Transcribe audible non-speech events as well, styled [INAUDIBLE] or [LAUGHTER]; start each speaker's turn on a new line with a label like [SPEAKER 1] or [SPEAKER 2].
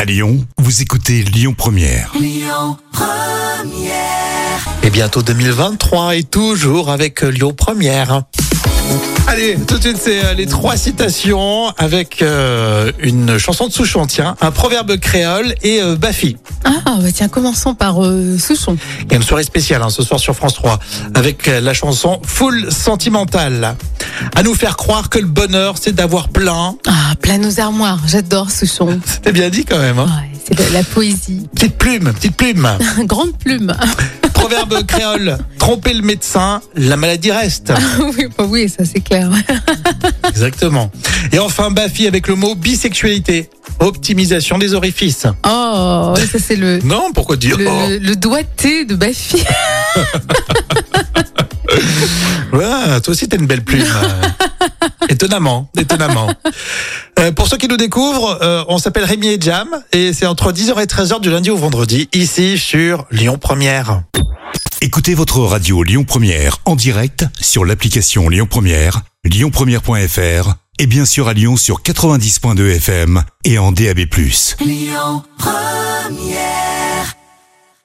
[SPEAKER 1] À Lyon, vous écoutez Lyon Première.
[SPEAKER 2] Et bientôt 2023 et toujours avec euh, Lyon Première. Allez, tout de suite, c'est euh, les trois citations avec euh, une chanson de Souchon, tiens, un proverbe créole et euh, Bafi.
[SPEAKER 3] Ah, bah tiens, commençons par euh, Souchon.
[SPEAKER 2] Il y a une soirée spéciale hein, ce soir sur France 3 avec euh, la chanson Full Sentimentale. À nous faire croire que le bonheur, c'est d'avoir plein.
[SPEAKER 3] Ah, plein aux armoires, j'adore Souchon.
[SPEAKER 2] C'était bien dit quand même. Hein.
[SPEAKER 3] Ouais, c'est de la poésie. [LAUGHS]
[SPEAKER 2] Petite plume, petite plume.
[SPEAKER 3] Grande plume. [LAUGHS]
[SPEAKER 2] Proverbe créole, tromper le médecin, la maladie reste.
[SPEAKER 3] oui, bah oui, ça c'est clair.
[SPEAKER 2] Exactement. Et enfin, Bafi avec le mot bisexualité, optimisation des orifices.
[SPEAKER 3] Oh, ouais, ça c'est le,
[SPEAKER 2] Non, pourquoi dire
[SPEAKER 3] le,
[SPEAKER 2] oh
[SPEAKER 3] le- le doigté de Bafi.
[SPEAKER 2] Ouais, toi aussi t'as une belle plume. euh. étonnamment, étonnamment. Euh, pour ceux qui nous découvrent, euh, on s'appelle Rémi et Jam et c'est entre 10h et 13h du lundi au vendredi ici sur Lyon Première.
[SPEAKER 1] Écoutez votre radio Lyon Première en direct sur l'application Lyon Première, lyonpremière.fr et bien sûr à Lyon sur 90.2 FM et en DAB+.